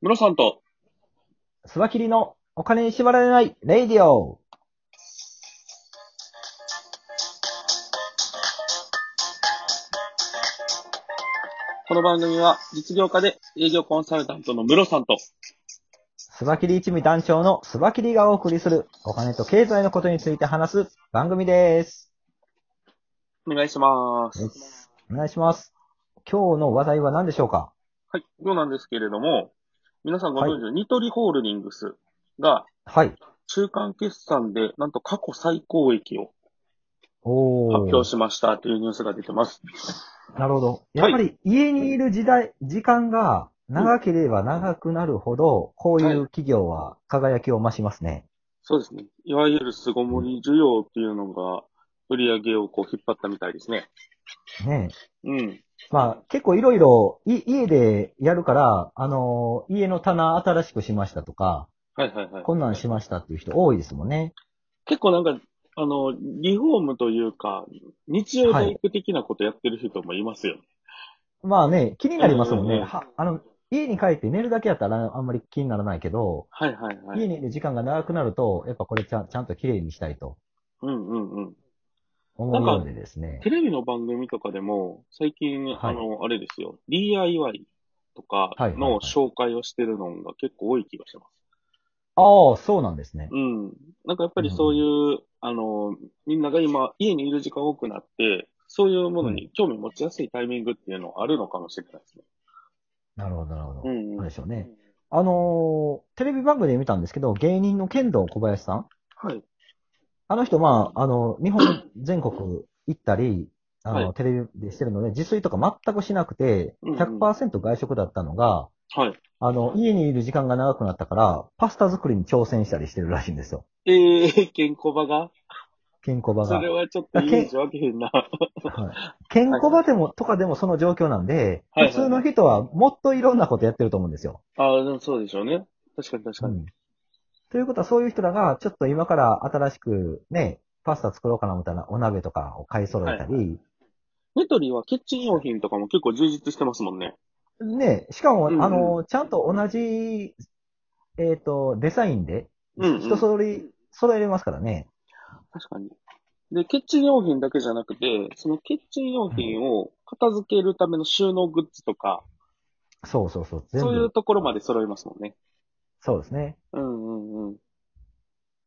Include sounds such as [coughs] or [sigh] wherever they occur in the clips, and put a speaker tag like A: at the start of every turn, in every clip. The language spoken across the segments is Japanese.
A: ムロさんと、
B: スバキリのお金に縛られないレイディオ。
A: この番組は実業家で営業コンサルタントのムロさんと、
B: スバキリ一味団長のスバキリがお送りするお金と経済のことについて話す番組です。
A: お願いします。
B: お願いします。今日の話題は何でしょうか
A: はい、今日なんですけれども、皆さんご存知のニトリホールディングスが
B: はい。
A: 中間決算でなんと過去最高益を
B: おー
A: 発表しましたというニュースが出てます。
B: なるほど。や
A: は
B: っ
A: い
B: ぱり家にいる時代、時間が長ければ長くなるほど、こういう企業は輝きを増しますね。
A: そうですね。いわゆる巣ごもり需要っていうのが売り上げをこう引っ張ったみたいですね。
B: ねえ
A: うん。
B: まあ結構いろいろい家でやるから、あのー家の棚新しくしましたとか、
A: はいはいはい。
B: こんなんしましたっていう人多いですもんね。
A: 結構なんか、あの、リフォームというか、日曜大工的なことやってる人もいますよね。
B: まあね、気になりますもん
A: うんうん
B: ね。
A: うん
B: はあの、家に帰って寝るだけやったらあんまり気にならないけど、
A: はいはいはい。
B: 家にいる時間が長くなると、やっぱこれちゃんちゃんと綺麗にしたいと
A: うんうんうん。
B: 思うのでですね。
A: テレビの番組とかでも、最近、
B: はい
A: あの、あれですよ、DIY とか
B: はいはいはい
A: の紹介をしてるのが結構多い気がします。
B: ああ、そうなんですね。
A: うん。なんかやっぱりそういう、あの、みんなが今、家にいる時間多くなって、そういうものに興味持ちやすいタイミングっていうのはあるのかもしれないですね。
B: なるほど、なるほど。
A: うん、
B: そう
A: うん
B: で。しょうね。あのーテレビ番組で見たんですけど、芸人の剣道小林さん。
A: はい。
B: あの人、まあ、あの、日本全国行ったり、あの、
A: は
B: テレビでしてるので、自炊とか全くしなくて、
A: うんうん
B: 100%外食だったのが、
A: はい。
B: あの、家にいる時間が長くなったから、パスタ作りに挑戦したりしてるらしいんですよ。
A: えー、ケンコバが
B: ケンコバが。
A: それ
B: はい
A: はちょっとイメージわけへんな。 [laughs]
B: ケンコバでも、とかでもその状況なんで、
A: はいはい
B: 普通の人はもっといろんなことやってると思うんですよ。
A: ああ、でもそうでしょうね。確かに確かに。
B: うんということは、そういう人らが、ちょっと今から新しくね、パスタ作ろうかなみたいなお鍋とかを買い揃えたり、
A: ニトリはキッチン用品とかも結構充実してますもんね。
B: ね、しかも、
A: うんうん
B: あの、ちゃんと同じ、えっ、と、デザインで、
A: うんうん
B: 人揃り、揃えれますからね。
A: 確かに。で、キッチン用品だけじゃなくて、そのキッチン用品を片付けるための収納グッズとか、
B: そうそうそう。全
A: そういう
B: 部、
A: ところまで揃いますもんね。
B: そうですね。
A: うんうんうん。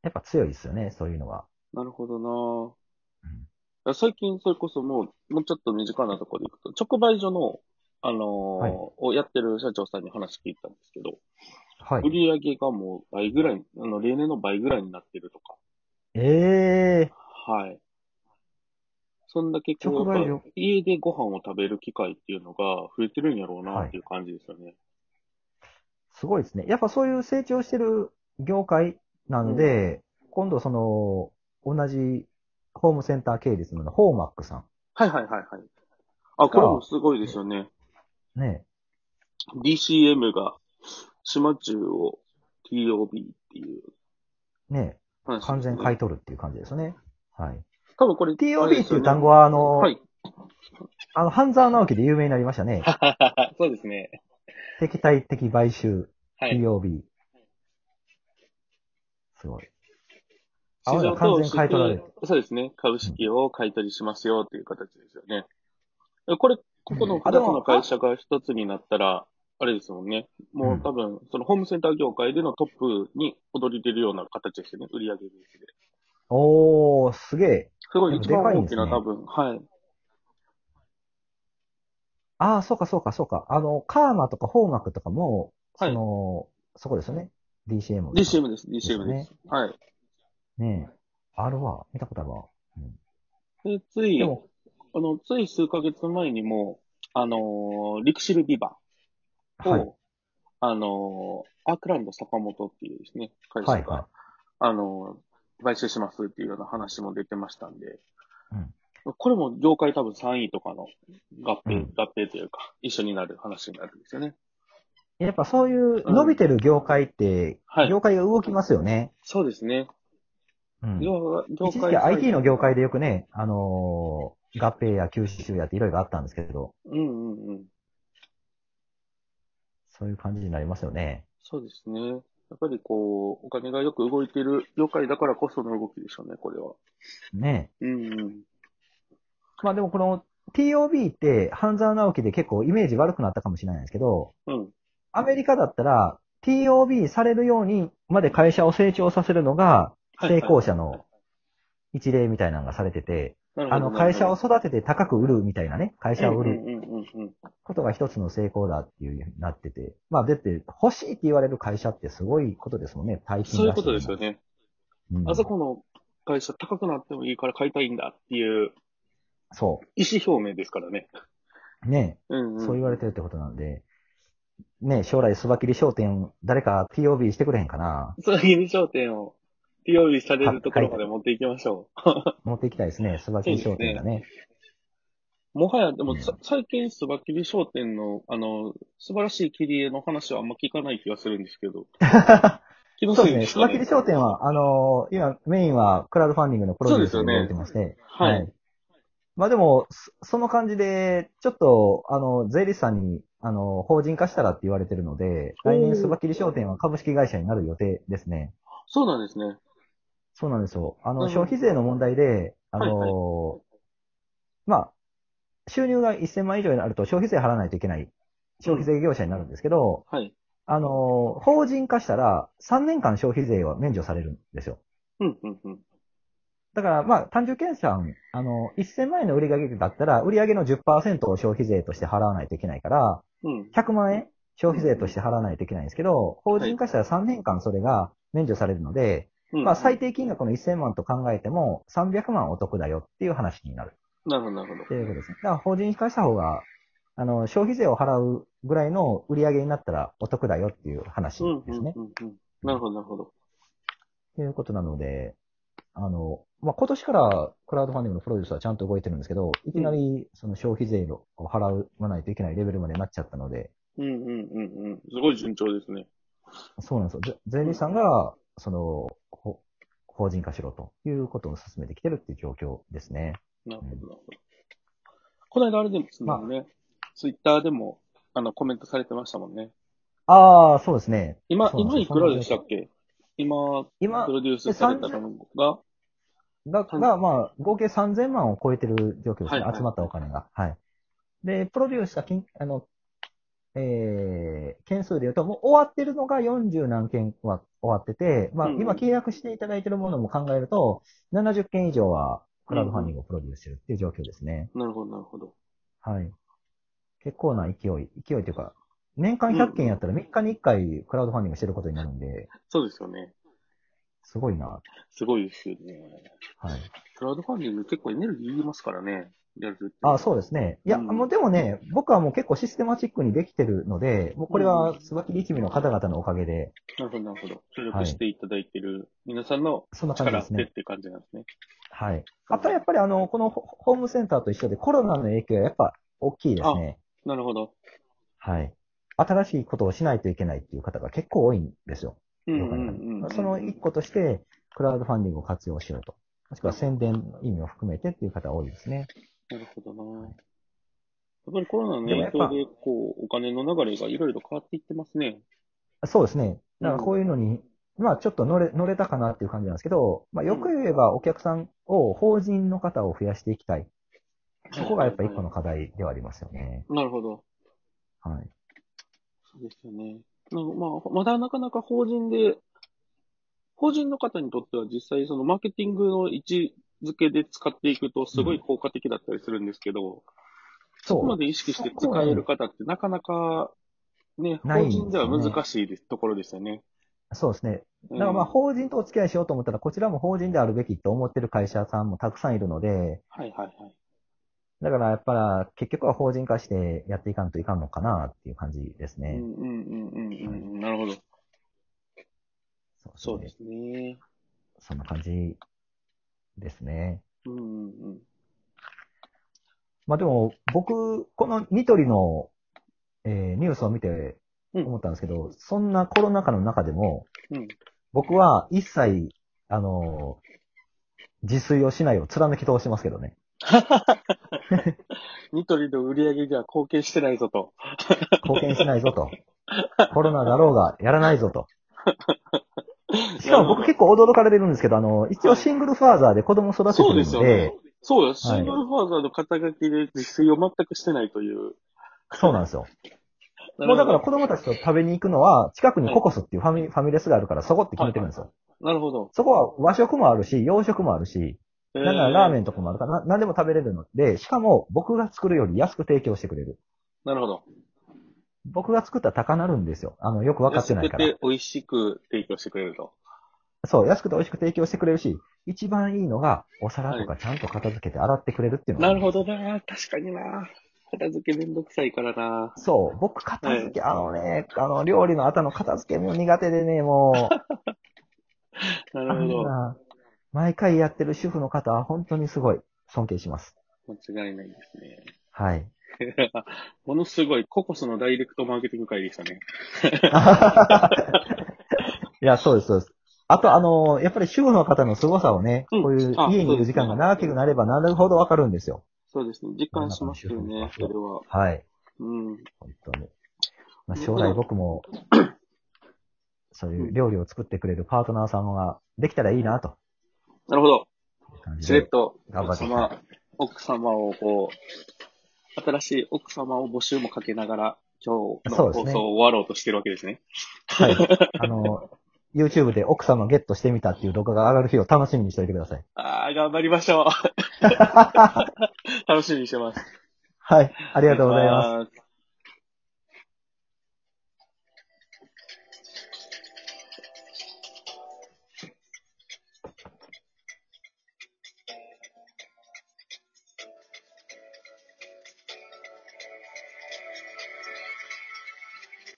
B: やっぱ強いですよね、そういうのは。
A: なるほどな、ぁ最近それこそもう、もうちょっと身近なところでいくと、直売所の、あのー
B: はい
A: をやってる社長さんに話聞いたんですけど、
B: は
A: 売
B: い。
A: り上げがもう倍ぐらい、あの、例年の倍ぐらいになってるとか。
B: ええ
A: はい。そんだけこう
B: 直売所
A: やっぱ家でご飯を食べる機会っていうのが増えてるんやろうなっていう感じですよね。
B: すごいですね。やっぱそういう成長してる業界なんで、今度その、同じホームセンター系列のホーマックさ
A: はい、はい、はいはい。あ、これもすごいですよね。
B: ん。ね。
A: DCM が島中を TOB っていう
B: ね。
A: 話、
B: 完全買い。取るっていう感じですね。はい。
A: 多分これ、あれ
B: TOB
A: で
B: っ
A: す
B: て
A: よ
B: いう
A: ね
B: 単語は、あの、
A: はい。
B: あの、半沢直樹で有名になりましたね。
A: [laughs] そうですね。
B: 敵対的買収、
A: はい。
B: TOB。すごい。あ
A: 市場
B: 完
A: 投
B: 全
A: 資
B: 買い取られる。
A: そうですね。株式を買い取りしますよっていう形ですよね。これ、ここの
B: あ
A: 2つ
B: でも
A: の会社が1つになったら、あれですもんね。もう多分、そのホームセンター業界でのトップに躍り出るような形ですよね。売上ベースで。
B: おー、すげえ。
A: すごい、
B: でも
A: 一
B: で
A: 番
B: かい
A: 大
B: んで
A: き
B: すね
A: な多分、はい。
B: ああ、そうかそうかそうか。あの、カーマとかホーマックとかも、
A: はい
B: その、そこですよね。DCM。
A: DCM です、DCM
B: で
A: です
B: す。
A: はい。
B: ねえ。あるわ。見たことあるわ。
A: で、つい、
B: で
A: あ
B: も、
A: の、つい数ヶ月前にも、あのーリクシルビバを、
B: はい。
A: あのーアークランド坂本っていうですね、会社が、
B: はいは
A: あのー買収しますっていうような話も出てましたんで、
B: うん
A: これも業界多分3位とかの合併、
B: うん
A: 合併というか、一緒になる話になるんですよね。
B: い。やっぱそういう
A: うん
B: 伸びてる業界って、
A: はい
B: 業界が動きますよね。
A: そうですね。
B: うん。
A: 業業
B: 一時期 IT の業界でよくね、あのー合併や休止やっていろいろあったんですけど、
A: うんうんうん。
B: そういう感じになりますよね。
A: そうですね。やっぱりこう、お金がよく動いている業界だからこその動きでしょうね、これは。
B: ね
A: うんうん。
B: まあでもこの TOB って、半沢直樹で結構イメージ悪くなったかもしれないですけど、
A: うん。
B: アメリカだったら TOB されるようにまで会社を成長させるのが
A: はい
B: 成功者の一例みたいなのがされてて、
A: はい
B: あの会社を
A: なる
B: 育てて高く売るみたいなね、会社を
A: ほ
B: 売
A: ど
B: る
A: うんうんうんうん。
B: ことが一つの成功だっていうようになってて、まあだって欲しいって言われる会社ってすごいことですもんね、大金
A: そういうことですよ
B: ね。
A: ね。
B: うん
A: あそこの会社高くなってもいいから買いたいんだっていう
B: そ
A: 意思表明ですからね。
B: う。ね
A: うん、うん。
B: そう言われてるってことなんで、ね、将来、スバキリ商店、誰か TOB してくれへんかな
A: そういう印象点を、用意されるところまで持っていきましょう。
B: 持っていきたいですね、スバキリ商店がね。
A: もはや、でも、さ
B: う
A: 最近、スバキリ商店の、あの、素晴らしい切り絵の話はあんま聞かない気がするんですけ
B: [laughs]
A: ど。気の
B: そう
A: せ
B: で
A: いで
B: すね、
A: す
B: ス
A: か
B: バ
A: ね
B: キリ商店は、あのー今、メインはクラウドファンディングのプロデュース
A: そ
B: を
A: うですよね
B: 動いてまして、
A: はい
B: まあでも、そその感じで、ちょっと、あの、税理士さんに、あの、法人化したらって言われてるので、
A: お
B: 来
A: ー
B: 年スバキリ商店は株式会社になる予定ですね。
A: そうなんですね。
B: そうなんですよ。
A: な
B: あの、
A: るほど
B: 消費税の問題で、あのー
A: はい
B: まあ、収入が1000万円以上になると消費税払わないといけない消費税業者になるんですけど、
A: はい。
B: あのー法人化したら3年間消費税は免除されるんですよ。
A: うん、うん、うん。
B: だから、まあ、単純計算、あの、1000万円の売上だったら、売上の10%を消費税として払わないといけないから、
A: うん。
B: 100万円消費税として払わないといけないんですけど、法人化したら3年間それが免除されるので、
A: うん、
B: まあ、最低金額の1000万と考えても、300万お得だよっていう話になる
A: なるほど、なるほ
B: っていうことですね。だから、法人化した方が、あの、消費税を払うぐらいの売り上げになったらお得だよっていう話
A: ど。うん、
B: で
A: うん、
B: す
A: うん、
B: ね。
A: うん。なるほど、なるほど。
B: ということなので、あの、まあ、今年からクラウドファンディングのプロデュースはちゃんと動いてるんですけど、いきなりその消費税を払わないといけないレベルまでなっちゃったので、
A: うん、うん、うん、うん。すごい順調ですね。
B: そうなんですよぜ。税理士さんが、その、ほ法人化しろということを進めてきてるっていう状況ですね。
A: なるほど、なるほど。この間あれでもですもんね、ツイッターでも、あの、コメントされてましたもんね。
B: ああ、そうですね。
A: 今、
B: そうなん
A: 今
B: です
A: いくらでしたっけ今、
B: 今
A: プロデュースされたのが、
B: が、
A: はい
B: が、まあ、合計3000万を超えてる状況ですね。
A: はいはい
B: 集まったお金が。はい。で、プロデュースした金、あの、えー、件数で言うと、もう終わってるのが40何件は終わってて、まあ、
A: うんうん
B: 今契約していただいてるものも考えると、70件以上はクラウドファンディングをプロデュースしてるっていう状況ですね。
A: なるほど、なるほど。
B: はい。結構な勢い、勢いというか、年間100件やったら3日に1回クラウドファンディングしてることになるんで、
A: そうですよね。
B: すごいな。
A: すごいですよね。
B: はい。
A: クラウドファンディング結構エネルギーいりますからね。やるって
B: あ、そうですね。いや、
A: うん
B: もうでもね、僕はもう結構システマチックにできてるので、もうこれは椿木一味の方々のおかげで、
A: なるほど、なるほど。協力していただいてる皆さんの
B: そんな感じ
A: 力っ
B: です
A: てっ
B: ね。
A: て感じなんですね。
B: はい。あとはやっぱりあの、このホホームセンターと一緒でコロナの影響はやっぱ大きいですね。
A: なるほど。
B: はい。新しいことをしないといけないっていう方が結構多いんですよ。
A: うんう
B: 業界の
A: ん
B: 中で
A: うんうん。
B: その一個として、クラウドファンディングを活用しようと。もしくは宣伝の意味を含めてっていう方が多いですね。
A: なるほどな。やっぱりコロナの
B: でもや
A: 影
B: っぱ
A: 響で、こう、お金の流れがいろいろ変わっていってますね。
B: そうですね。だからこういうのに、まあちょっと乗れ、乗れたかなっていう感じなんですけど、まあよく言えばお客さんを法人の方を増やしていきたい。そこがやっぱ一個の課題ではありますよね。
A: なるほど。
B: はい。
A: そうですよね。なんかまあ、まだなかなか法人で、法人の方にとっては実際そのマーケティングの位置づけで使っていくとすごい効果的だったりするんですけど、そこ
B: そ
A: ま
B: う。
A: で意識して使える方ってなかなか、ね、
B: ない
A: 法
B: んですよ
A: 人
B: ね
A: では難しいですところですよね。
B: そうですね。
A: う
B: だ
A: ん
B: からまあ法人とお付き合いしようと思ったら、こちらも法人であるべきと思ってる会社さんもたくさんいるので、
A: はいはいはい。
B: だからやっぱり結局は法人化してやっていかんといかんのかなっていう感じです
A: う
B: ね。
A: んうんうんうんうん。なるほど。そうですね。
B: そんな感じですね。
A: うんうんうん。
B: まあでも、僕、このニトリの、えーニュースを見て
A: うん
B: 思ったんですけど、そんなコロナ禍の中でも、
A: うん
B: 僕は一切、あのー自炊をしないを貫き通してますけどね。
A: ニトリの売り上げには貢献してないぞと。 [laughs]
B: 貢献しないぞと。コロナだろうが、やらないぞと。しかも僕結構驚かれてるんですけど、あの、一応シングルファーザーで子供育てて
A: そう
B: る
A: で
B: の
A: す
B: で、
A: よね。そうよ。シングルファーザーの肩書きで自炊を全くしてないという。
B: そうなんですよ。もうだ
A: な
B: から
A: るほ
B: 子供たちと食べに行くのは、近くにココスっていうファミ,、ファミレスがあるから、そこって決めてるんですよ。
A: ど、なるほど。
B: そこは和食もあるし、洋食もあるし、
A: え
B: なんならラーメ
A: ン。
B: ンとかもあるから、な何でも食べれるので、しかも僕が作るより安く提供してくれる。
A: なるほど。
B: 僕が作ったら高なるんですよ。あの、よく分かってないから
A: 安。くて美味しく提供してくれると。
B: そう、安くて美味しく提供してくれるし、一番いいのが、お皿とかちゃんと片付けて洗ってくれるっていうのが、
A: なるほどな。確かにな。片付けめんどくさいからな。
B: そう、僕片付け、あのね、あの、料理の後の片付けも苦手でね、もう、
A: [laughs] な
B: あ
A: る
B: ん
A: ほ
B: な、毎回やってる主婦の方は本当にすごい、尊敬します。
A: ど。間違いないですね。 [laughs]
B: はい。
A: ものすごい、ココスのダイレクトマーケティング会でしたね。
B: いや、そうです、そうです。あと、あの、やっぱり主婦の方の凄さをね、
A: うん
B: こういう
A: あ
B: 家にいる時間が長くなればなるほどわかるんですよ。
A: そうですね。実感しますよね、それは。
B: はい。
A: うん。
B: 本当に。まあ、将来
A: [coughs]
B: 僕も、そういう料理を作ってくれるパートナーさんができたらいいなと
A: なるほど。
B: いう感じ
A: しれっ
B: で。
A: と、
B: 頑張
A: 奥
B: って
A: 様、奥様をこう、新しい奥様を募集もかけながら、今日の
B: そう
A: 放送
B: ですね
A: を終わろうとしてるわけですね。
B: はい。あの、YouTube で奥様ゲットしてみたっていう動画が上がる日を楽しみにしておいてください。 [laughs]
A: ああ、頑張りまし [laughs] ょう。楽しみにしてます。
B: はい。ありがとうございます。
A: す。